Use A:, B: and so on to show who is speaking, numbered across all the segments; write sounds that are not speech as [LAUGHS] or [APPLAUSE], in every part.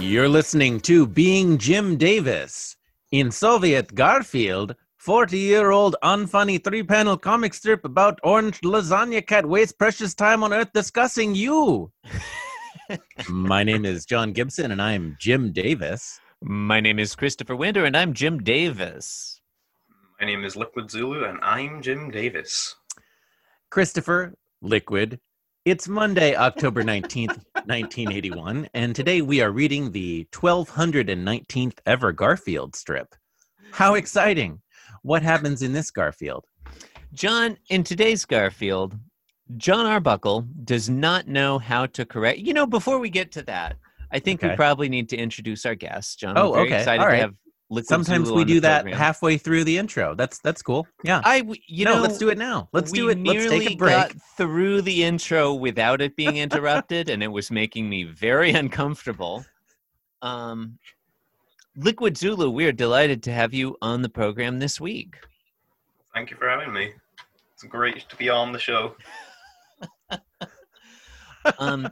A: You're listening to Being Jim Davis. In Soviet Garfield, 40 year old unfunny three panel comic strip about orange lasagna cat wastes precious time on earth discussing you. My name is John Gibson and I'm Jim Davis.
B: My name is Christopher Winter, and I'm Jim Davis.
C: My name is Liquid Zulu, and I'm Jim Davis.
A: Christopher Liquid. It's Monday, October 19th, 1981, and today we are reading the 1219th ever Garfield strip. How exciting! What happens in this Garfield?
B: John, in today's Garfield, John Arbuckle does not know how to correct. You know, before we get to that, I think we
A: Okay.
B: probably need to introduce our guest, John.
A: Oh,
B: We're very
A: okay.
B: Excited
A: All
B: to
A: right.
B: have Liquid
A: Sometimes
B: Zulu
A: we
B: on the
A: do that
B: program.
A: halfway through the intro. That's that's cool. Yeah.
B: I, w- Uh, you
A: no,
B: know,
A: let's do it now. Let's do
B: we
A: it. Let's take
B: nearly
A: a break.
B: Got through the intro without
A: [LAUGHS]
B: it being interrupted, and it was making me very uncomfortable. Um, Liquid Zulu, we are delighted to have you on the program this week.
C: Thank you for having me. It's great to be on the show.
B: um,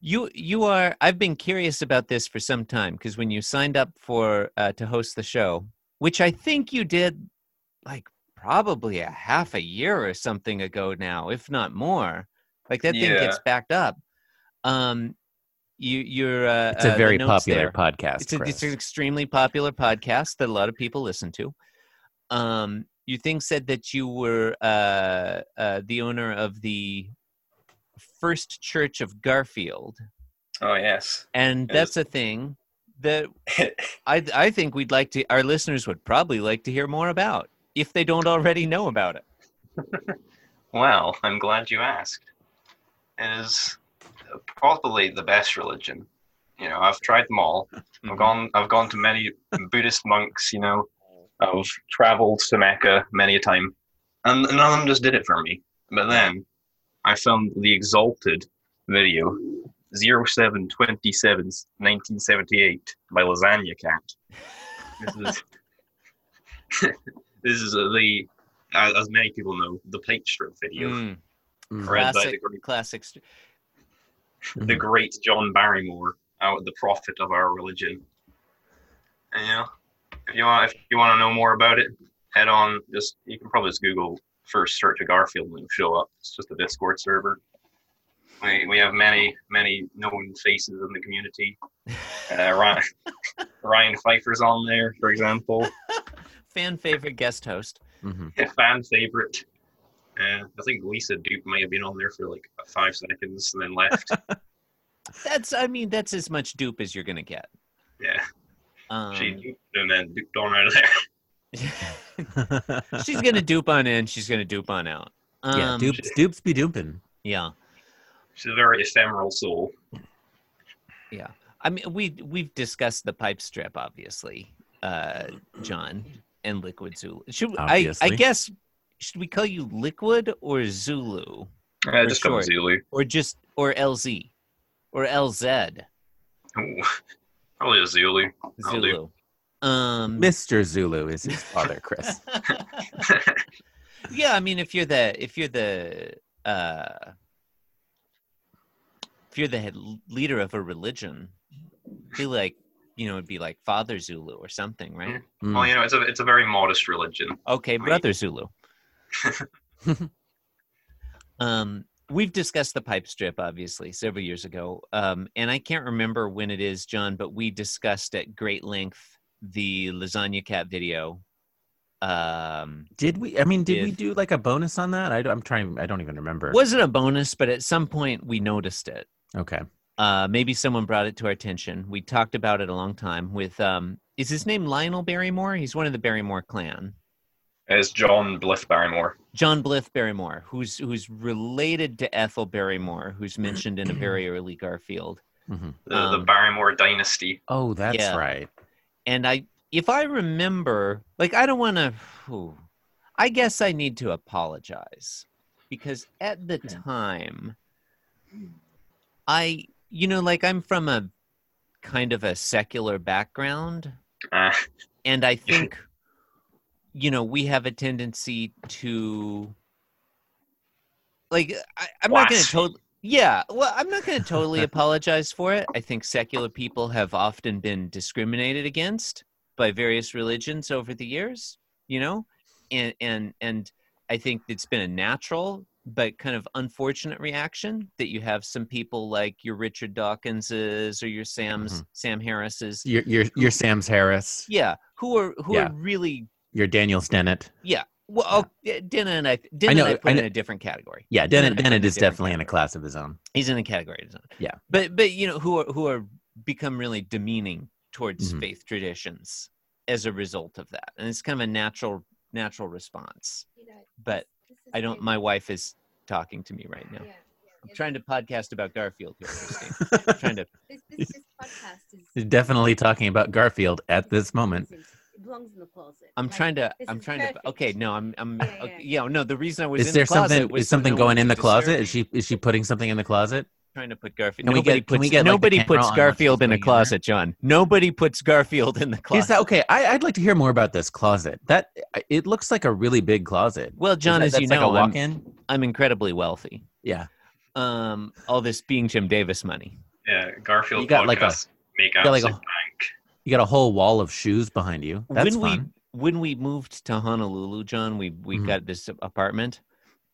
B: you you are. I've been curious about this for some time because when you signed up for uh, to host the show, which I think you did, like probably a half a year or something ago now, if not more. Like that thing
C: Yeah.
B: gets backed up. Um, you you're. Uh,
A: It's a
B: uh, the
A: very
B: notes
A: popular
B: there.
A: podcast.
B: It's, a,
A: Chris.
B: it's an extremely popular podcast that a lot of people listen to. Um, you think said that you were uh, uh, the owner of the First Church of Garfield,
C: Oh, yes. [LAUGHS]
B: and
C: Yes.
B: that's a thing that I I think we'd like to our listeners would probably like to hear more about if they don't already know about it.
C: well, I'm glad you asked. It is probably the best religion. You know, I've tried them all. I've gone. I've gone to many Buddhist monks. You know, I've traveled to Mecca many a time, and none of them just did it for me. But then, I filmed the Exalted video, 0727, 1978 by Lasagna Cat. This is [LAUGHS] this is uh, the as as many people know the plate strip video,
B: Mm,
A: Mm.
C: read by the
B: classic,
C: great,
B: classic. st-
C: the great John Barrymore, uh, the prophet of our religion. And, you know, if you want, if you want to know more about it, head on. Just you can probably just Google first search of Garfield and it'll show up. It's just a Discord server. We, we have many many known faces in the community. Uh, Ryan Ryan Pfeiffer's on there, for example,
B: Fan favorite guest host. [LAUGHS]
A: Mhm.
C: fan favorite. Uh, I think Lisa Duke might have been on there for like five seconds and then left.
B: That's I mean that's as much dupe as you're gonna get.
C: yeah,
B: Um,
C: she duped and then duped on out of there.
B: she's gonna dupe on in. She's gonna dupe on out. Um,
A: [LAUGHS] yeah, dupes, dupes be duping.
B: Yeah,
C: She's a very ephemeral soul.
B: yeah. I mean, we we've discussed the pipe strip, obviously, uh, John and Liquid Zulu. Should I? I
A: Obviously.
B: guess should we call you Liquid or Zulu
C: Uh,
B: For
C: just call
B: sure.
C: her Zulu. [LAUGHS]
B: or just or LZ or LZ
C: Ooh, Probably a Zulu. I'll do.
B: Zulu?
A: [LAUGHS]
B: Um,
A: Mr. Zulu is his father, Chris.
B: [LAUGHS] yeah, I mean, if you're the if you're the uh, if you're the head leader of a religion, I feel like you know it'd be like Father Zulu or something, right?
C: Well,
A: Mm.
C: you know, it's a it's a very modest religion.
B: Okay,
C: Right.
B: Brother Zulu. um, we've discussed the pipe strip obviously several years ago, um, and I can't remember when it is, John, but we discussed at great length the lasagna cat video. Um,
A: Did we? I mean, did we
B: Did.
A: do like a bonus on that? I, am trying. I don't even remember.
B: wasn't a bonus, but at some point we noticed it.
A: Okay.
B: uh, maybe someone brought it to our attention. We talked about it a long time with um, is his name Lionel Barrymore? He's one of the Barrymore clan.
C: As John Bliff Barrymore.
B: John Blith Barrymore, who's who's related to Ethel Barrymore, who's mentioned in a very early Garfield.
A: Mhm.
C: The, the
B: Um,
C: Barrymore [LAUGHS] dynasty.
A: Oh, that's
B: Yeah.
A: right.
B: And I, if I remember, like I don't want to. I guess I need to apologize because at the time, I, you know, like I'm from a kind of a secular background.
C: Uh,
B: and i think you know we have a tendency to like I, i'm not going to
C: Blaspheme.
B: totally Yeah, well, I'm not going to totally apologize for it. I think secular people have often been discriminated against by various religions over the years, you know, and and and I think it's been a natural but kind of unfortunate reaction that you have some people like your Richard Dawkinses or your Sam's
A: Mhm.
B: Sam Harris's,
A: You're, you're, you're Sam's Harris.
B: yeah, who are who
A: Yeah.
B: are really
A: You're Daniel Stennett.
B: well. oh, Yeah. Dana and I, Dana
A: know-
B: and I
A: I
B: put in
A: know-
B: a different category.
A: Yeah,
B: Dennett- [LAUGHS]
A: Dennett,
B: Dennett's
A: Dennett
B: a
A: is
B: different
A: definitely in a
B: category.
A: class of his own.
B: He's in a category design.
A: Yeah.
B: But but you know who are who are become really demeaning towards
A: Mhm.
B: faith traditions as a result of that. And it's kind of a natural natural response. But I don't my wife is talking to me right now. I'm
D: [LAUGHS]
B: trying to podcast about Garfield here, Christine. I'm trying to
D: This, this, this podcast is.
A: He's definitely talking about Garfield at this moment.
D: It belongs in the closet.
B: I'm
D: Like,
B: trying to
D: this
B: I'm
D: is
B: trying to
D: perfect.
B: okay, no, I'm I'm
D: Yeah, yeah,
B: okay,
D: yeah.
B: yeah, no, the reason I was
A: Is
B: in
A: there
B: the closet
A: something?
B: was
A: Is
B: so
A: something
B: no one
A: going in the
B: would disturb
A: closet?
B: me.
A: Is she is she putting something in the closet?
B: trying to put Garfield.
A: Can we
B: nobody
A: get- can we
B: puts-
A: get, like, the
B: nobody
A: camera
B: puts
A: on us
B: Garfield in
A: going
B: a
A: in there?
B: closet, John. Nobody puts Garfield in the
A: Is
B: closet.
A: that okay? I, I'd like to hear more about this closet. That it looks like a really big closet.
B: well,
A: Is
B: John,
A: that-
B: as
A: that's
B: you
A: like
B: know,
A: a
B: I'm,
A: walk-in.
B: I'm incredibly wealthy.
A: Yeah,
B: Um, all this being Jim Davis money.
C: Yeah, Garfield
A: You got, like, a-
C: podcast. make
A: got, like, a-
C: absolute bank.
A: you got a whole wall of shoes behind you. That's
B: when
A: fun.
B: we when we moved to Honolulu, John, we we
A: Mhm.
B: got this apartment.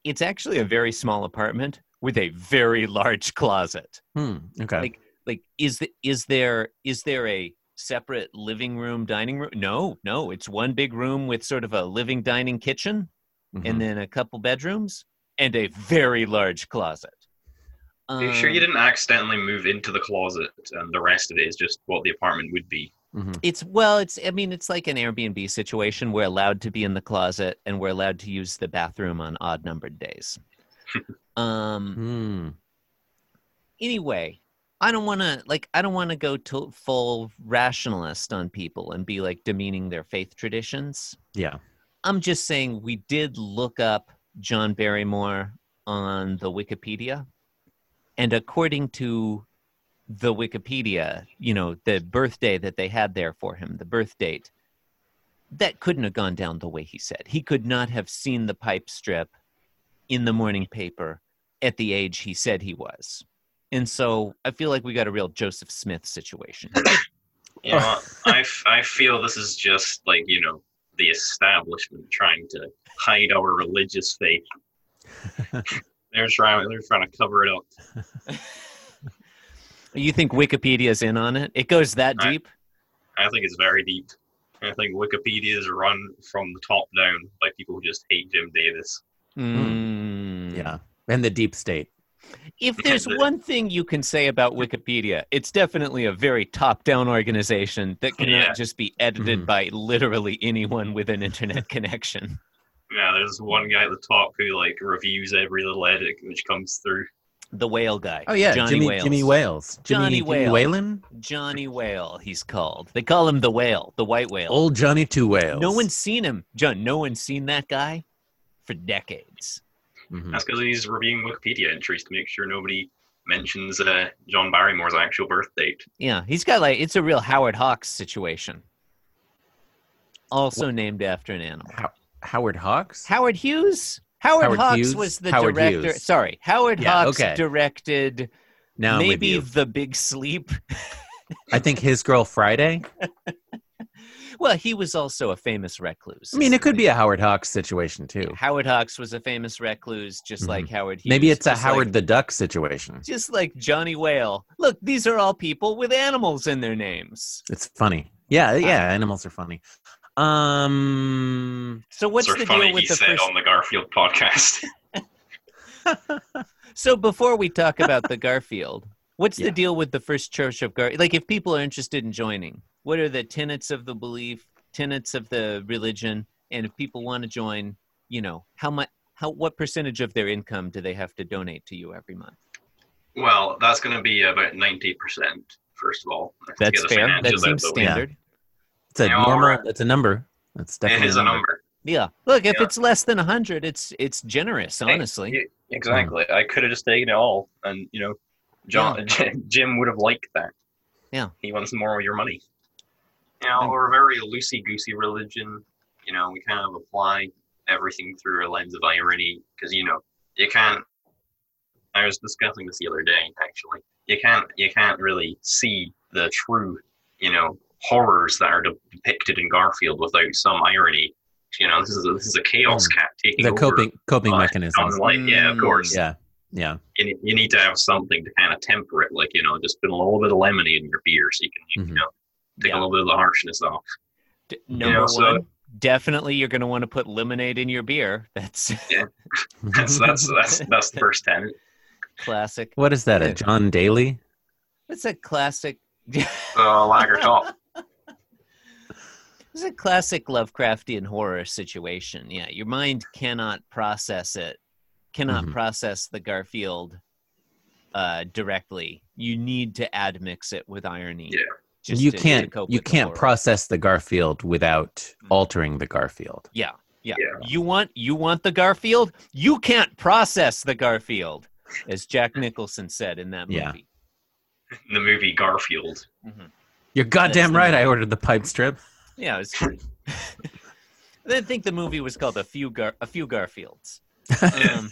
B: It's actually a very small apartment with a very large closet.
A: Hmm, okay.
B: Like, Like, is the, is there is there a separate living room, dining room? No, no, it's one big room with sort of a living, dining, kitchen.
A: Mhm.
C: Mm-hmm.
B: and then a couple bedrooms and a very large closet.
C: Are you sure you
B: Um,
C: didn't accidentally move into the closet and the rest of it is just what the apartment would be?
A: Mhm.
B: It's well, it's I mean, it's like an Airbnb situation. We're allowed to be in the closet and we're allowed to use the bathroom on odd numbered
C: [LAUGHS]
B: days. um.
A: Hmm.
B: Anyway, I don't want to like I don't want to go to full rationalist on people and be like demeaning their faith traditions.
A: Yeah.
B: I'm just saying we did look up John Barrymore on the Wikipedia. And according to the Wikipedia, you know, the birthday that they had there for him, the birth date, that couldn't have gone down the way he said. He could not have seen the pipe strip in the morning paper at the age he said he was. And so I feel like we got a real Joseph Smith situation.
C: You know,
A: [LAUGHS]
C: I, f- I feel this is just like, you know, the establishment trying to hide our religious
A: [LAUGHS]
C: faith. they're trying they're trying to cover it up.
B: you think Wikipedia's in on it? It goes that
C: I-
B: deep?
C: I think it's very deep. I think Wikipedia is run from the top down by people who just hate Jim Davis.
B: Mm.
A: Yeah. And the deep state.
B: If there's
C: the-
B: one thing you can say about Wikipedia, it's definitely a very top-down organization that cannot
C: Yeah.
B: just be edited
A: Mhm.
B: by literally anyone with an internet [LAUGHS] connection.
C: Yeah, there's one guy at the top who like reviews every little edit which comes through.
B: The whale guy.
A: Oh yeah,
B: Johnny
A: Jimmy
B: Wales.
A: Jimmy Wales. Jimmy,
B: Johnny
A: Jimmy
B: Wales.
A: Whalen.
B: Johnny Whale, he's called. They call him the whale, the white whale.
A: Old Johnny Two Wales.
B: No one's seen him. John, no one's seen that guy for decades.
A: Mhm.
C: That's because he's reviewing Wikipedia entries to make sure nobody mentions uh, John Barrymore's actual birth date.
B: Yeah, he's got like it's a real Howard Hawks situation. Also named after an animal.
A: How- Howard Hawks.
B: Howard Hughes. Howard,
A: Howard
B: Hawks
A: Hughes?
B: was the
A: Howard
B: director.
A: Hughes.
B: Sorry, Howard
A: Yeah,
B: Hawks
A: okay.
B: directed
A: now I'm with
B: maybe
A: you.
B: The Big Sleep.
A: I think his girl Friday.
B: Well, he was also a famous recluse.
A: I mean, it could be a Howard Hawks situation too.
B: Howard Hawks was a famous recluse, just like Howard Hughes.
A: Mm-hmm. Maybe it's a
B: just
A: Howard
B: like,
A: the Duck situation.
B: just like Johnny Whale. Look, these are all people with animals in their names.
A: It's funny. Yeah, yeah, animals are funny. Um
B: So what's
C: sort
B: the
C: of funny
B: deal with
C: he
B: the
C: said
B: first?
C: on the Garfield podcast. [LAUGHS]
B: So before we [LAUGHS] talk about the Garfield, what's
A: Yeah.
B: the deal with the first church of Gar? Like, if people are interested in joining, what are the tenets of the belief, tenets of the religion, and if people want to join, you know, how much, how what percentage of their income do they have to donate to you every month?
C: well, that's going to be about ninety percent. First of all, Let's
B: That's
C: get the
B: fair.
C: financials
B: That
C: out
B: seems
C: the way.
B: standard.
A: it's a
C: Yeah, all
A: normal
C: right.
A: it's a number. That's
C: It
A: definitely
C: is a number.
B: Yeah. Look, if
C: Yeah.
B: it's less than hundred, it's it's generous,
C: Hey,
B: honestly.
C: you- Exactly.
A: Hmm.
C: I could have just taken it all, and you know, John [LAUGHS] Jim would have liked that.
B: Yeah.
C: He wants more of your money. You know,
B: Mm.
C: we're a very loosey goosey religion. You know, we kind of apply everything through a lens of irony because you know you can't I was discussing this the other day. Actually, you can't you can't really see the true, you know, horrors that are depicted in Garfield without some irony. You know, this is a, this is a chaos cat taking
A: Hmm. the
C: over
A: coping Hmm. coping
C: by
A: mechanisms.
C: John's life. Yeah, of
B: Mm,
C: course.
A: Yeah, yeah.
C: You, ne- you need to have something to kind of temper it, like you know, just put a little bit of lemony in your beer so you can you
A: Mhm.
C: know take
B: Yeah.
C: a little bit of the
A: [LAUGHS]
C: harshness off.
B: D-
A: Yeah,
B: number
C: so-
B: one, definitely you're going to want to put lemonade in your beer. That's
C: [LAUGHS]
B: [LAUGHS]
C: That's that's that's that's the first [LAUGHS] tenet.
B: classic.
A: [LAUGHS] what is that? A John Daly?
B: That's a classic. [LAUGHS]
C: So Uh, lager top.
B: It's a classic Lovecraftian horror situation. Yeah, your mind cannot process it, cannot
A: Mhm.
B: process the Garfield uh, directly. You need to admix it with irony.
C: Yeah.
B: just
A: you
B: to- to
A: can't
B: cope
A: you
B: with the
A: can't
B: horror.
A: process the Garfield without
C: Mm.
A: altering the Garfield.
B: Yeah, yeah,
C: Yeah.
B: You want you want the Garfield. You can't process the Garfield, as Jack Nicholson said in that movie.
A: Yeah.
C: The movie Garfield.
A: You're goddamn
B: the
A: right.
B: name.
A: I ordered the pipe strip. [LAUGHS]
B: Yeah, it's. [LAUGHS] I think the movie was called a few Gar- a few Garfields. Um,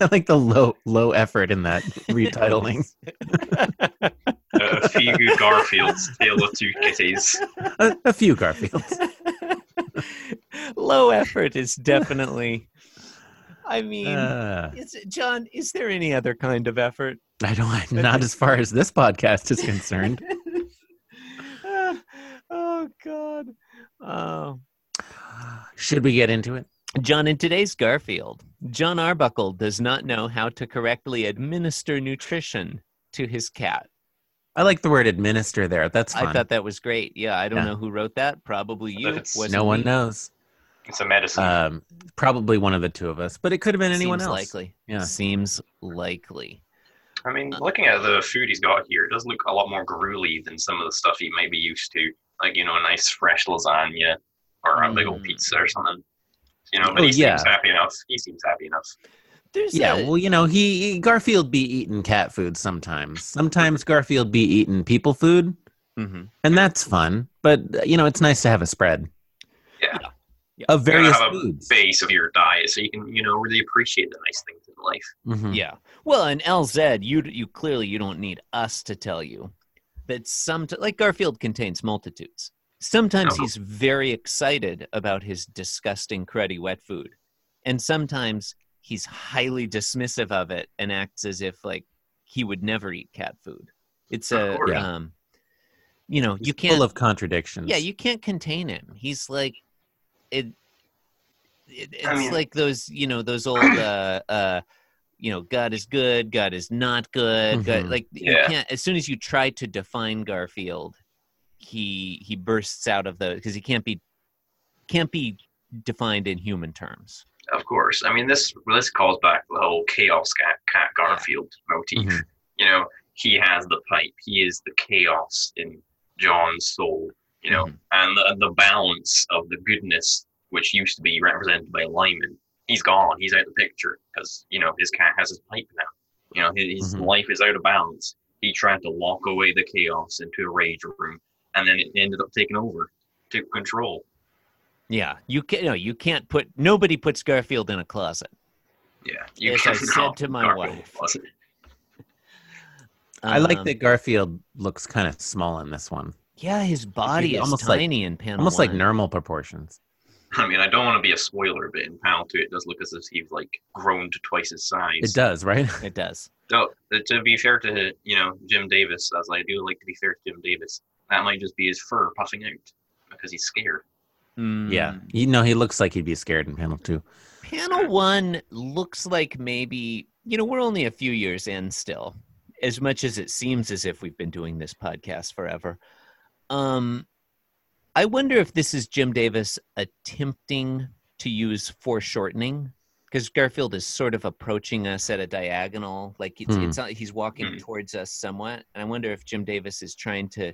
A: I like the low low effort in
B: [LAUGHS]
A: that retitling.
C: [LAUGHS]
A: [LAUGHS]
C: a few Garfields tale of two kitties.
A: a, a few Garfields.
B: Low effort is definitely. I mean,
A: Uh,
B: is, John, is there any other kind of effort?
A: I don't. Not as far as this podcast is
B: [LAUGHS]
A: concerned.
B: Ah, [SIGHS] oh God. Oh.
A: Should we get into it?
B: John, in today's Garfield, John Arbuckle does not know how to correctly administer nutrition to his cat.
A: I like the word administer there. That's fun.
B: I thought that was great. Yeah, I don't
A: Yeah.
B: know who wrote that. Probably you.
C: It's-
B: Wasn't
A: no one
B: me.
A: knows.
C: It's a medicine.
A: Um, probably one of the two of us, but it could have been anyone
B: Seems
A: else.
B: Likely.
A: Yeah.
B: Seems likely.
C: I mean, looking at the food he's got here, it does look a lot more gruely than some of the stuff he might be used to. Like, you know, a nice fresh lasagna or a big old
B: Mm.
C: pizza or something. You know, but
A: Oh,
C: he
A: yeah.
C: seems happy enough. He seems happy enough.
B: There's
A: Yeah,
B: a-
A: well, you know, he Garfield be eating cat food sometimes. Sometimes Garfield be eating people food,
B: Mhm.
A: and that's fun. But you know, it's nice to have a spread
C: Yeah.
B: Yeah.
A: of
C: You gotta
A: various
C: have a
A: foods.
C: base of your diet so you can, you know, really appreciate the nice things in life.
A: Mhm.
B: Yeah. Well, and LZ, you you clearly you don't need us to tell you that some like Garfield contains multitudes. Sometimes
A: Oh.
C: No.
B: he's very excited about his disgusting cruddy wet food, and sometimes he's highly dismissive of it and acts as if like he would never eat cat food. It's
C: Of
B: a
C: course.
B: um, you know,
A: He's
B: you can't
A: full of contradictions.
B: Yeah, you can't contain him. He's like it. it it's
C: I mean-
B: like those, you know, those old, uh, uh, you know, God is good, God is not good. God,
A: Mhm.
B: like you
C: Yeah.
B: can't. As soon as you try to define Garfield, he he bursts out of the because he can't be can't be defined in human terms.
C: Of course. I mean, this this calls back the whole chaos cat, cat Garfield motif.
B: Mm-hmm.
A: Mhm.
C: You know, he has the pipe. He is the chaos in John's soul. You know,
B: Mhm.
C: and the, the balance of the goodness, which used to be represented by Lyman, he's gone. He's out of the picture because you know his cat has his pipe now. You know, his, his
B: Mm-hmm.
A: Mhm.
C: life is out of balance. He tried to lock away the chaos into a rage room, and then it ended up taking over, took control.
B: Yeah, you can. No, you can't put. Nobody puts Garfield in a closet.
C: Yeah,
B: As I
C: can't
B: said
C: help
B: to my
C: Garfield,
B: wife.
C: was it?
A: I like
B: Um,
A: that Garfield looks kind of small in this one,
B: Yeah, his body is
A: almost like-
B: tiny in panel.
A: almost like
B: one.
A: normal proportions.
C: I mean, I don't want to be a spoiler, but in panel two, it does look as if he's like grown to twice his size.
A: It does, right? [LAUGHS]
B: It does.
C: So, uh, to be fair to you know Jim Davis, as I do like to be fair to Jim Davis, that might just be his fur puffing out because he's scared.
A: Yeah,
B: Mm.
A: you know, he looks like he'd be scared in panel two.
B: Panel one looks like maybe, you know, we're only a few years in still, as much as it seems as if we've been doing this podcast forever. Um, I wonder if this is Jim Davis attempting to use foreshortening because Garfield is sort of approaching us at a diagonal, like it's,
A: Hmm.
B: it's not, he's walking
C: Hmm.
B: towards us somewhat. And I wonder if Jim Davis is trying to,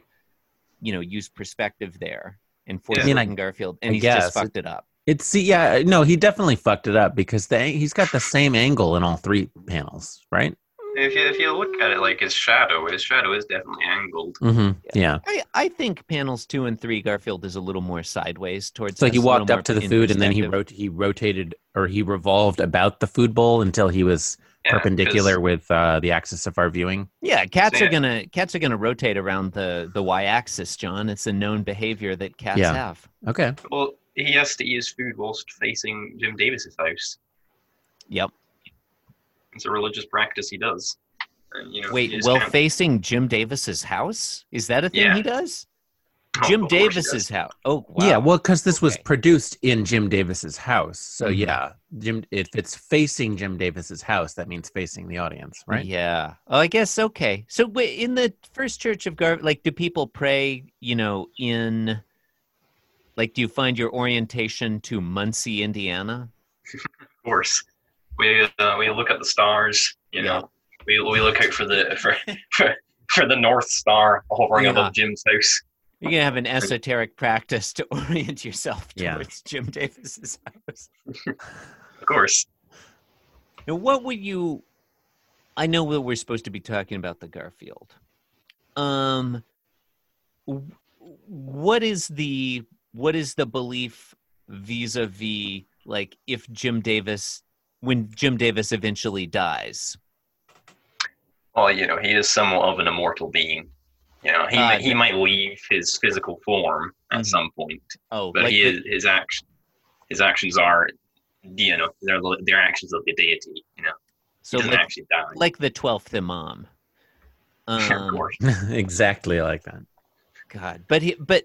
B: you know, use perspective there and
C: Yeah.
A: I
B: foreshorten
A: mean, I-
B: Garfield,
A: I
B: and he's
A: guess.
B: just fucked it up.
A: It's see, yeah, uh, no, he definitely fucked it up because the, he's got the same angle in all three panels, right?
C: If you, if you look at it like his shadow, his shadow is definitely angled.
A: Mm-hmm. Yeah.
B: Yeah. I, I think panels two and three, Garfield is a little more sideways towards.
A: It's like he
B: us, a little
A: walked up
B: more
A: to the
B: in
A: food and then he
B: perspective.
A: wrote he rotated or he revolved about the food bowl until he was
C: Yeah, 'cause-
A: perpendicular with uh, the axis of our viewing.
B: Yeah, cats
C: Yeah.
B: are gonna cats are gonna rotate around the the y-axis, John. It's a known behavior that cats
A: Yeah.
B: have.
A: Okay.
C: Well, he has to eat his food whilst facing Jim Davis's house.
B: Yep.
C: It's a religious practice he does. And, you know, you
B: Wait,
C: just
B: well,
C: can't-
B: facing Jim Davis's house is that a thing
C: Yeah.
B: he does?
C: [LAUGHS] Oh,
B: Jim
C: of course he
B: Davis's
C: does.
B: house. Oh, wow.
A: Yeah, well, because this was
B: Okay.
A: produced in Jim Davis's house, so
B: Mhm.
A: yeah, Jim. If it's facing Jim Davis's house, that means facing the audience, right?
B: Yeah. Oh, I guess okay. So wait, in the first church of Gar, like, do people pray? You know, in like, do you find your orientation to Muncie, Indiana?
C: Of course. We, uh, we look at the stars, you
B: Yeah.
C: know. We, we look out for the for, for, for the North Star hovering
B: Yeah.
C: above Jim's house.
B: You're gonna have an esoteric practice to [LAUGHS] orient yourself
A: Yeah.
B: towards Jim Davis's [LAUGHS] house.
C: Of course.
B: Now, what would you? I know that we're supposed to be talking about the Garfield. Um, w- what is the what is the belief vis-a-vis like if Jim Davis when Jim Davis eventually dies?
C: Well, you know, he is somewhat of an immortal being. You know, he,
B: Ah,
C: might he might leave his physical form at
B: Mhm.
C: some point.
B: Oh,
C: but
B: like
C: he
B: the-
C: is, his action, his actions are, you know, they're the- they're actions of the deity. You know,
B: so
C: he doesn't
B: like,
C: actually die.
B: like the twelfth Imam.
C: [LAUGHS] of
B: Um,
C: course,
A: [LAUGHS]
C: [LAUGHS]
A: exactly like that.
B: God, but he, but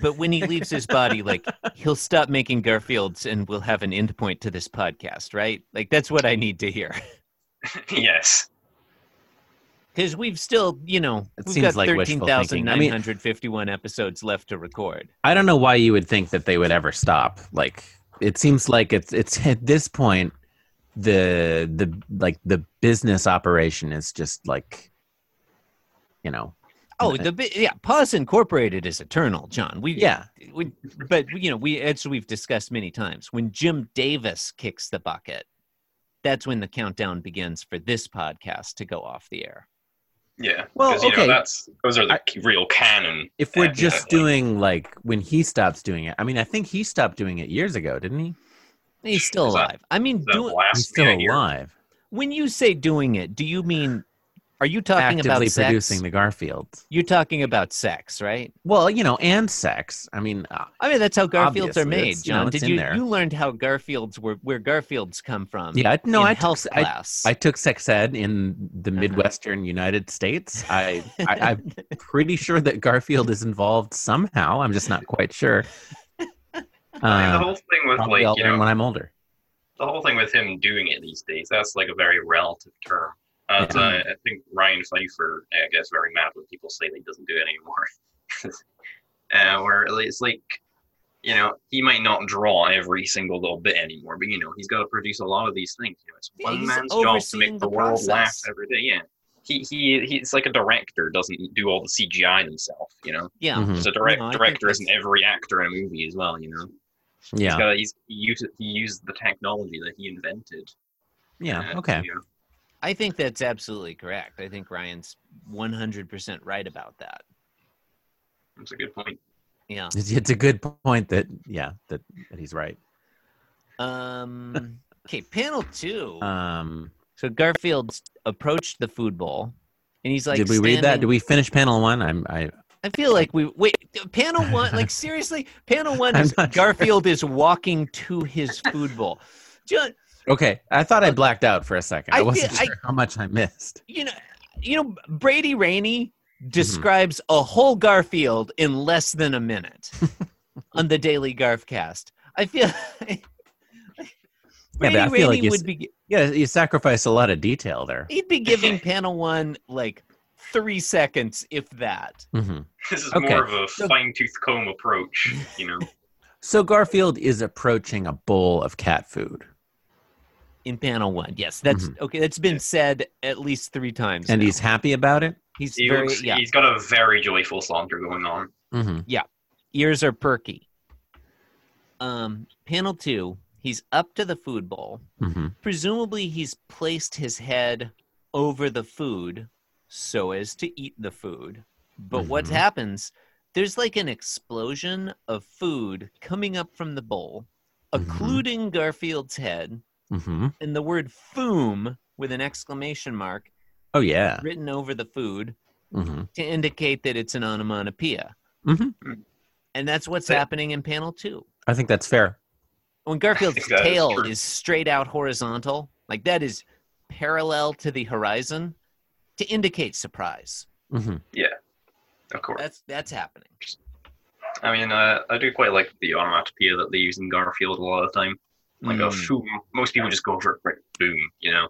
B: but when he leaves his body, like he'll stop making Garfields, and we'll have an end point to this podcast, right? Like that's what I need to hear.
C: yes.
B: because we've still, you know,
A: It
B: we've
A: seems
B: got
A: like
B: thirteen
A: wishful
B: thousand
A: thinking. I
B: nine
A: mean-
B: hundred fifty-one episodes left to record.
A: I don't know why you would think that they would ever stop. Like it seems like it's it's [LAUGHS] at this point the the like the business operation is just like you know
B: Oh,
A: I-
B: the bi- yeah, Pause Incorporated is eternal, John. We
A: yeah
B: we, but you know, we as we've discussed many times, when Jim Davis kicks the bucket, that's when the countdown begins for this podcast to go off the air.
C: Yeah.
A: Well,
C: 'cause, you know,
A: okay.
C: that's those are the real canon.
A: if we're
C: Yeah,
A: just
C: exactly.
A: doing like when he stops doing it i mean i think he stopped doing it years ago didn't he
B: He's still
C: Is that-
B: alive. I mean,
C: The
B: do,
C: last
A: he's still
C: man here.
A: alive
B: when you say doing it, do you mean are you talking
A: actively
B: about sex?
A: producing the garfield
B: You're talking about sex, right?
A: well you know and sex i mean uh,
B: I mean, that's how Garfields
A: Obviously,
B: are made,
A: it's, you know,
B: John.
A: it's
B: Did
A: in
B: you
A: there.
B: you learned how Garfields were where Garfields come from?
A: yeah I- no
B: in
A: I took,
B: health
A: I,
B: class.
A: I took sex ed in the
B: Uh-huh.
A: midwestern united states I, I i'm pretty sure that garfield is involved somehow i'm just not quite sure
C: I mean,
A: uh,
C: the whole thing with
A: probably i'll
C: like you
A: learn
C: know
A: when i'm older
C: the whole thing with him doing it these days that's like a very relative term. Uh,
A: Yeah.
C: so I I think Ryan Pfeiffer uh, gets very mad when people say that he doesn't do it anymore. [LAUGHS] uh, where it's like, you know, he might not draw every single little bit anymore, but you know, he's got to produce a lot of these things. You know, it's
B: Yeah,
C: one
B: he's
C: man's job to
B: overseeing
C: make
B: the
C: the, world laugh
B: process.
C: every day. Yeah, he he he's like a director doesn't do all the CGI himself. You know,
B: yeah,
A: Mhm.
C: so direct
B: No, I think
C: director
B: that's-
C: isn't every actor in a movie as well. You know,
A: yeah
C: he's got he's he used, he used the technology that he invented.
A: yeah
C: uh,
A: okay
C: you know.
B: I think that's absolutely correct. I think Ryan's one hundred percent right about that.
C: That's a good point. [LAUGHS]
B: Yeah.
A: It's, it's a good point that yeah that, that he's right. [LAUGHS]
B: Um. Okay. Panel two.
A: Um,
B: so Garfield approached the food bowl, and he's like,
A: did we read that?
B: standing-
A: Did we finish panel one? I'm I
B: I feel like we wait. Panel
A: [LAUGHS]
B: one, like seriously, panel one
A: I'm
B: is
A: not sure.
B: Garfield is walking to his food bowl. John,
A: okay. I thought I blacked out for a second. I,
B: I did-
A: wasn't
B: I-
A: sure how much I missed.
B: you know, you know, Brady Rainey
A: Mm-hmm.
B: describes a whole Garfield in less than a
A: [LAUGHS]
B: minute on the Daily Garfcast. I feel [LAUGHS] Brady
A: I feel
B: Rainey
A: like you s-
B: would be
A: Yeah, you sacrificed a lot of detail there.
B: he'd
A: [LAUGHS]
B: be giving panel one like three seconds, if that.
A: hmm
C: This is
A: Okay.
C: more of a
B: So-
C: fine tooth comb approach,
A: [LAUGHS]
C: you know.
A: So Garfield is approaching a bowl of cat food,
B: In panel one, yes, that's okay. That's been said at least three times,
A: Mm-hmm. and
B: now.
A: he's happy about it.
B: he's
C: He
B: very
C: looks,
B: yeah.
C: He's got a very joyful saunter going on.
A: Mm-hmm.
B: ears are perky. Um, panel two, he's up to the food bowl.
A: Mm-hmm.
B: presumably he's placed his head over the food so as to eat the food. But what
A: Mhm.
B: happens, there's like an explosion of food coming up from the bowl,
A: Mhm.
B: occluding Garfield's head,
A: Mm-hmm.
B: and the word foom with an exclamation mark
A: Oh yeah.
B: written over the food
A: Mm-hmm.
B: to indicate that it's an onomatopoeia.
A: Mhm.
B: And that's what's
C: That-
B: happening in panel two.
A: I think that's fair.
B: When Garfield's
C: [LAUGHS] that is
B: tail
C: true.
B: is straight out horizontal, like that is parallel to the horizon to indicate surprise.
A: Mm-hmm.
C: Of
A: Uh,
C: course.
B: That's that's happening.
C: I mean, uh, I do quite like the onomatopoeia that they use in Garfield a lot of the time. Like
A: Hmm.
C: a
B: Mm.
C: foom. Most people just go for it, right, boom, you know?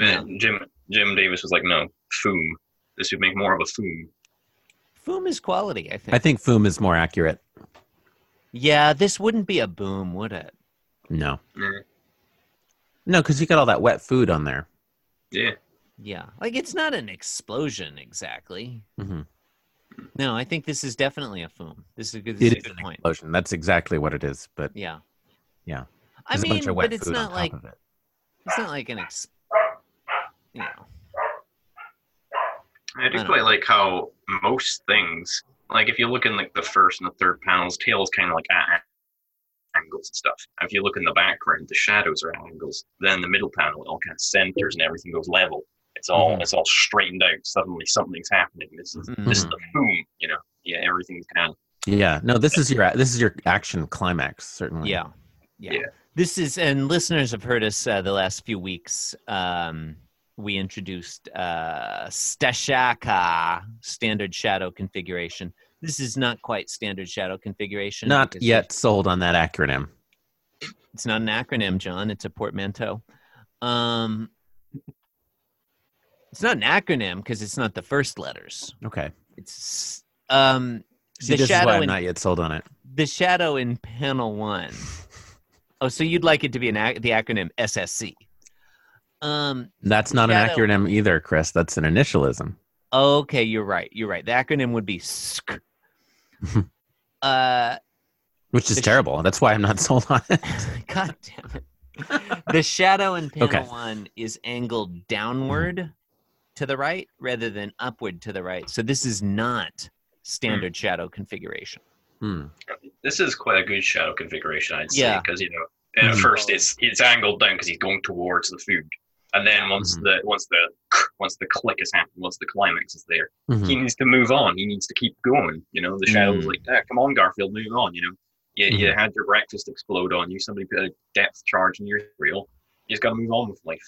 C: And Jim Jim Davis was like, no, foom. This would make more of a foom.
B: Foom is quality, I think.
A: I think foom is more accurate.
B: yeah, this wouldn't be a boom, would it?
A: No.
C: Yeah.
A: No, because you got all that wet food on there.
C: Yeah.
B: Yeah. Like it's not an explosion exactly.
A: Mm-hmm.
B: No, I think this is definitely a foom. This is a good,
A: It
B: this is a
A: is
B: good
A: an
B: point.
A: explosion. That's exactly what it is. But
B: Yeah.
A: Yeah.
B: I
A: there's a
B: mean,
A: bunch of wet
B: but it's
A: food
B: not
A: on
B: like
A: top of it.
B: it's not like an ex. You know.
C: I do
B: I know.
C: quite like how most things, like if you look in like the first and the third panels, tails kind of like at at angles and stuff. If you look in the background, the shadows are at angles. Then the middle panel, it all kind of centers and everything goes level. It's all
A: Mhm.
C: it's all straightened out. Suddenly something's happening. This is this is
B: Mhm.
C: the boom, you know. Yeah, everything's kind of
A: Yeah. No, this is your this is your action climax certainly.
B: Yeah. Yeah.
C: Yeah.
B: This is, and listeners have heard us uh, the last few weeks. Um, we introduced uh, Stashaka, standard shadow configuration. This is not quite standard shadow configuration.
A: Not
B: because
A: yet sold on that acronym.
B: It's not an acronym, John. It's a portmanteau. Um, it's not an acronym because it's not the first letters.
A: Okay.
B: It's um,
A: See,
B: the
A: this is why
B: shadow
A: I'm
B: in
A: not yet sold on it.
B: the shadow in panel one. Oh, so you'd like it to be an ac- the acronym SSC? Um.
A: That's not an
B: Shadow-
A: acronym either, Chris. That's an initialism.
B: Okay, you're right. You're right. The acronym would be SK. uh,
A: Which is
B: The sh-
A: terrible. That's why I'm not [LAUGHS] sold on it.
B: God damn it. the shadow in panel
A: Okay.
B: one is angled downward to the right rather than upward to the right. So this is not standard shadow configuration.
A: Hmm.
C: this is quite a good shadow configuration, I'd say,
B: Yeah.
C: because you know at
A: Mhm.
C: first it's it's angled down because he's going towards the food, and then once
A: Mhm.
C: the once the once the click has happened, once the climax is there,
A: Mhm.
C: he needs to move on. He needs to keep going. You know, the shadow's
B: Mhm.
C: like, ah, come on, Garfield, move on. You know, you, you had your breakfast explode on you. Somebody put a depth charge in your reel. You just got to move on with life.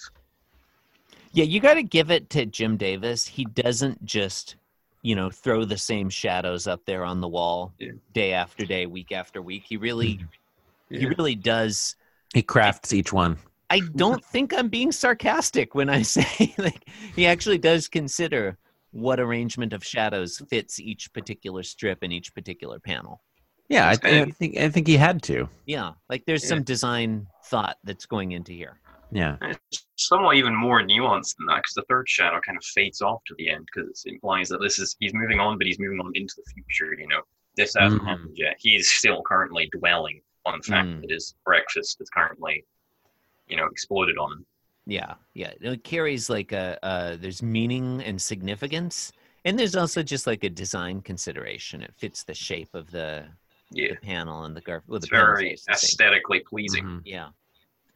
B: Yeah, you got to give it to Jim Davis. He doesn't just, you know, throw the same shadows up there on the wall
C: Yeah.
B: day after day, week after week. He really, he
C: Mm-hmm. Yeah.
B: really does.
A: He crafts each one.
B: I don't think I'm being sarcastic when I [LAUGHS] say like he actually does consider what arrangement of shadows fits each particular strip and each particular panel.
A: Yeah, I,
C: It's kinda-
A: I think I think he had to.
B: Yeah, like there's
C: Yeah.
B: some design thought that's going into here.
A: Yeah.
C: And It's somewhat even more nuanced than that because the third shadow kind of fades off to the end because it implies that this is he's moving on, but he's moving on into the future. You know, this hasn't
A: Mhm.
C: happened yet. He's still currently dwelling on the fact
B: Mm.
C: that his breakfast is currently, you know, exploded on him.
B: Yeah, yeah. It carries like a uh, there's meaning and significance, and there's also just like a design consideration. It fits the shape of the,
C: Yeah,
B: the panel and the gar. Well, the
C: it's
B: panel's
C: very
B: always the same.
C: aesthetically pleasing.
A: Mhm.
B: Yeah,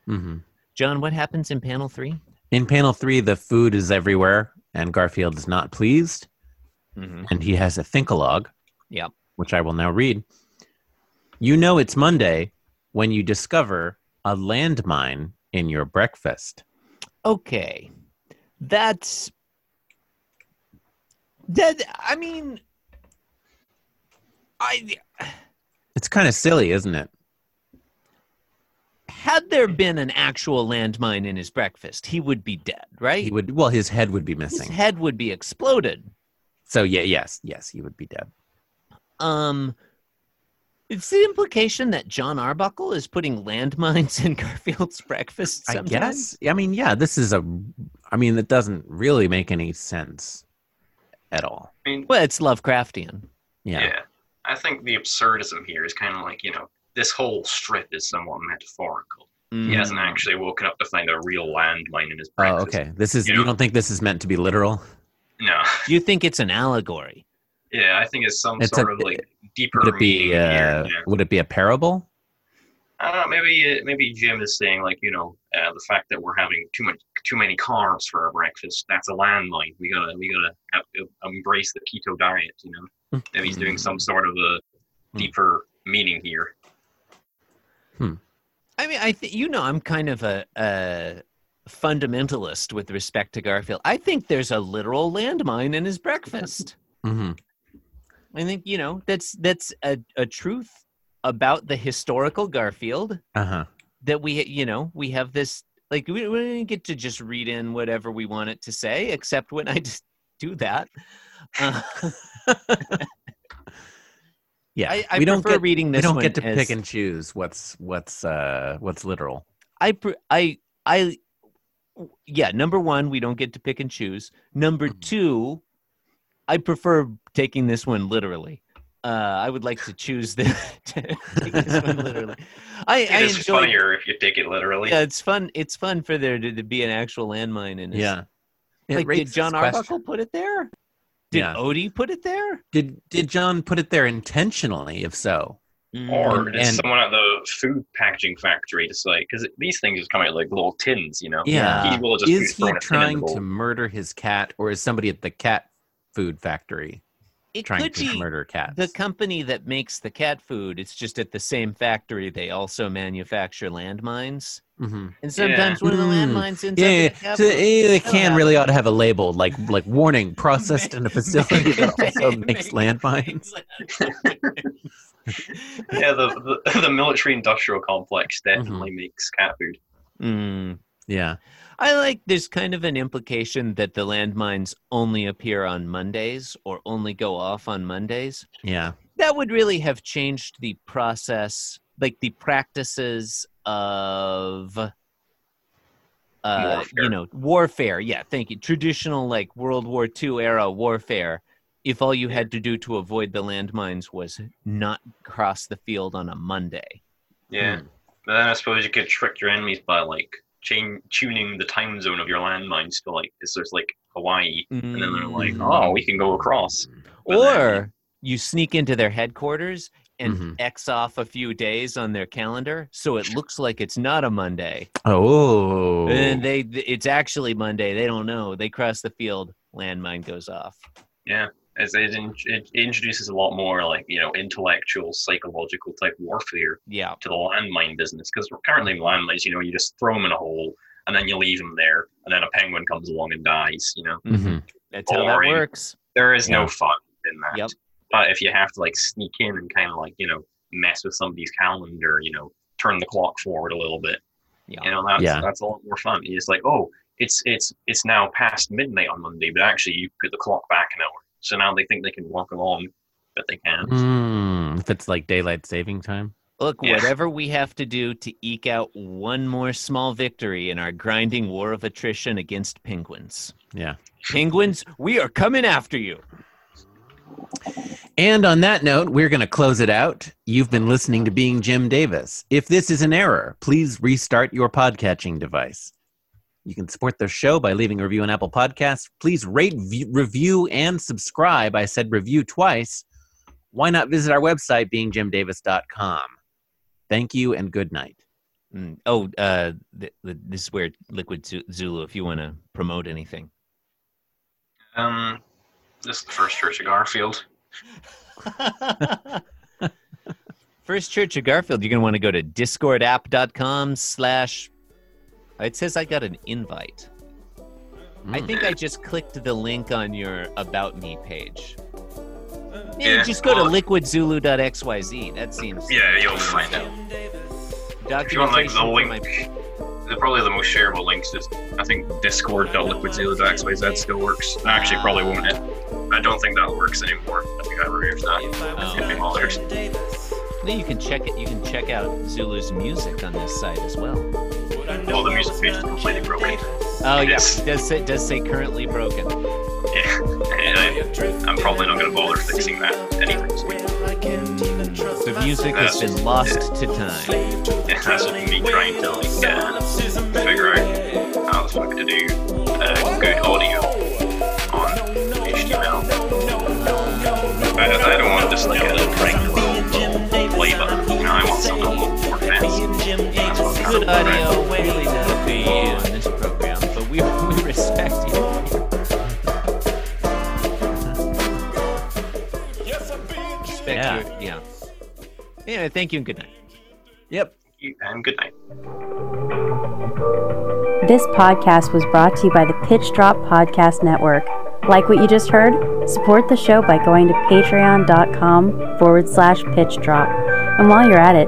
A: Mhm.
B: John. What happens in panel three?
A: In panel three, the food is everywhere, and Garfield is not pleased,
B: Mm-hmm.
A: and he has a thinkalog.
B: Yep.
A: Which I will now read. You know it's Monday when you discover a landmine in your breakfast.
B: Okay, that's that. I mean, I
A: It's kind of silly, isn't it?
B: had there been an actual landmine in his breakfast, he would be dead, right?
A: He would well, his head would be
B: his
A: missing.
B: head would be exploded.
A: So yeah, yes, yes, he would be dead.
B: um it's the implication that John Arbuckle is putting landmines [LAUGHS] in Garfield's breakfast.
A: I
B: Sometimes.
A: guess. I mean, yeah, this is a. I mean, it doesn't really make any sense at all.
C: I mean,
B: Well, it's Lovecraftian.
A: Yeah.
C: yeah. I think the absurdism here is kind of like you know this whole strip is somewhat metaphorical.
B: Mm.
C: He hasn't actually woken up to find a real landmine in his
A: Oh,
C: breakfast.
A: okay. This is
C: You
A: you
C: know-
A: don't think this is meant to be literal?
C: No. [LAUGHS]
B: You think it's an allegory?
C: Yeah, I think it's some
A: It's
C: sort
A: a-
C: of like deeper
A: Would it be
C: meaning here,
A: uh,
C: yeah.
A: would it be a parable?
C: I don't know. Maybe uh, maybe Jim is saying like you know uh, the fact that we're having too much too many carbs for our breakfast. That's a landmine. We gotta we gotta uh, embrace the keto diet. You
A: Mm.
C: know. Maybe he's doing some sort of a
A: Hmm.
C: deeper meaning here.
B: I mean, I th- you know, I'm kind of a, a fundamentalist with respect to Garfield. I think there's a literal landmine in his breakfast.
A: hmm
B: I think you know that's that's a, a truth about the historical Garfield
A: Uh-huh.
B: that we you know we have this like we, we didn't get to just read in whatever we want it to say except when I [LAUGHS] just do that. Uh,
A: Yeah.
B: I, I
A: we don't
B: prefer
A: get
B: reading this.
A: we don't
B: one
A: get to
B: as-
A: pick and choose what's what's uh what's literal.
B: I pr- I I yeah, number 1, we don't get to pick and choose. Number
A: Mhm.
B: 2, I prefer taking this one literally. Uh, I would like to choose the [LAUGHS] to take this one literally. I, I
C: It is
B: enjoy.
C: funnier if you take it literally.
B: Yeah, it's fun. It's fun for there to, to be an actual landmine in. his-
A: Yeah. It
B: like did
A: raises
B: John
A: questions.
B: Arbuckle put it there? Did
A: Yeah.
B: Odie put it there?
A: Did did John put it there intentionally? If so,
C: Or
A: Mm,
C: it's
A: and-
C: someone at the food packaging factory just like because these things just come out like little tins, you know.
A: yeah.
B: Yeah.
C: Oh, He will just be
A: Is he
C: throwing a tin in the
A: trying to
C: bowl.
A: murder his cat, or is somebody at the cat food factory
B: it
A: trying
B: could
A: to
B: be
A: murder cats?
B: the company that makes the cat food. It's just at the same factory they also manufacture landmines.
A: hmm
B: And sometimes one of the
A: Mm.
B: landmines ends
A: Yeah,
B: up
A: yeah.
B: in the cat
A: So,
B: food.
A: eh, the
B: That'll
A: can really ought to have a label like like warning: processed in a facility
B: [LAUGHS]
A: that also
B: Make-
A: makes
B: make-
A: landmines.
C: [LAUGHS] yeah, the, the [LAUGHS] the military industrial complex definitely
A: Mm-hmm.
C: makes cat food.
B: Mm.
A: Yeah.
B: I like there's kind of an implication that the landmines only appear on Mondays or only go off on Mondays.
A: Yeah.
B: That would really have changed the process, like the practices of uh
C: Warfare.
B: you know, warfare. Yeah, thank you. Traditional like World War II era warfare. If all you had to do to avoid the landmines was not cross the field on a Monday.
C: Yeah,
A: Hmm.
C: but then I suppose you could trick your enemies by like chain, tuning the time zone of your landmines to like it's just like Hawaii, and then they're
B: Hmm.
C: like,
A: Mm.
C: oh, we can go across. But then-
B: or you sneak into their headquarters and
A: Mhm.
B: X off a few days on their calendar so it looks like it's not a Monday.
A: Oh.
B: And they it's actually Monday. They don't know. They cross the field, landmine goes off.
C: As it, in, it introduces a lot more like you know intellectual, psychological type warfare
B: Yeah.
C: to the landmine business because currently landmines, you know, you just throw them in a hole and then you leave them there, and then a penguin comes along and dies. You know,
A: Mhm.
B: Mm-hmm. That's how that
C: Boring.
B: works.
C: there is
A: Yeah.
C: no fun in that.
B: Yep.
C: But if you have to like sneak in and kind of like you know mess with somebody's calendar, you know, turn the clock forward a little bit,
B: Yeah.
C: you know, that's
A: Yeah.
C: that's a lot more fun. It's like, oh, it's it's it's now past midnight on Monday, but actually you put the clock back an hour, so now they think they can walk along, but they can't.
A: Mm, if it's like daylight saving time.
B: Look,
C: Yeah.
B: whatever we have to do to eke out one more small victory in our grinding war of attrition against penguins.
A: Yeah.
B: Penguins, we are coming after you.
A: And on that note, we're going to close it out. You've been listening to Being Jim Davis. If this is an error, please restart your podcatching device. You can support the show by leaving a review on Apple Podcasts. Please rate, v- review, and subscribe. I said review twice. Why not visit our website, beingjimdavis.com? Thank you and good night.
B: Mm, Oh, uh, th- th- this is where Liquid Zu- Zulu, if you want to promote anything.
C: Um, this is the first church of Garfield.
B: [LAUGHS] First Church of Garfield, you're going to want to go to discordapp.com slash... It says I got an invite. I
A: Mm.
B: think I just clicked the link on your About Me page. Yeah,
C: Uh, Yeah,
B: just go to
C: well-
B: liquidzulu.xyz. That seems...
C: Yeah, you'll find out. If you want like
B: Documentation
C: the
B: for
C: link,
B: my-
C: the, probably the most shareable links is I think discord.liquidzilla.xyz that still works. Actually, probably won't. It. I don't think that works anymore. I think I removed that.
B: Oh.
C: Could be bothered.
B: Then you can check it. You can check out Zulu's music on this site as well.
C: Well, the music page is completely broken.
B: Oh yes,
C: Yes.
B: yeah. does say does say currently broken.
C: And I and I'm probably not going to bother fixing that anytime soon.
B: The music has been lost to time.
C: Uh, It has me trying to like uh, figure out how the fuck to do uh, good audio on HTML. But I don't want just like a regular old little play button. You know, I want something a little more fancy. That's what kind
B: Good
C: of I
B: audio, really not a big deal in this program, but we, [LAUGHS] we respect you. Respect
A: Yeah.
B: your, yeah. Anyway, thank you and good night.
A: Yep.
C: And good night.
E: This podcast was brought to you by the Pitch Drop Podcast Network. Like what you just heard? Support the show by going to patreon.com forward slash pitch drop. And while you're at it,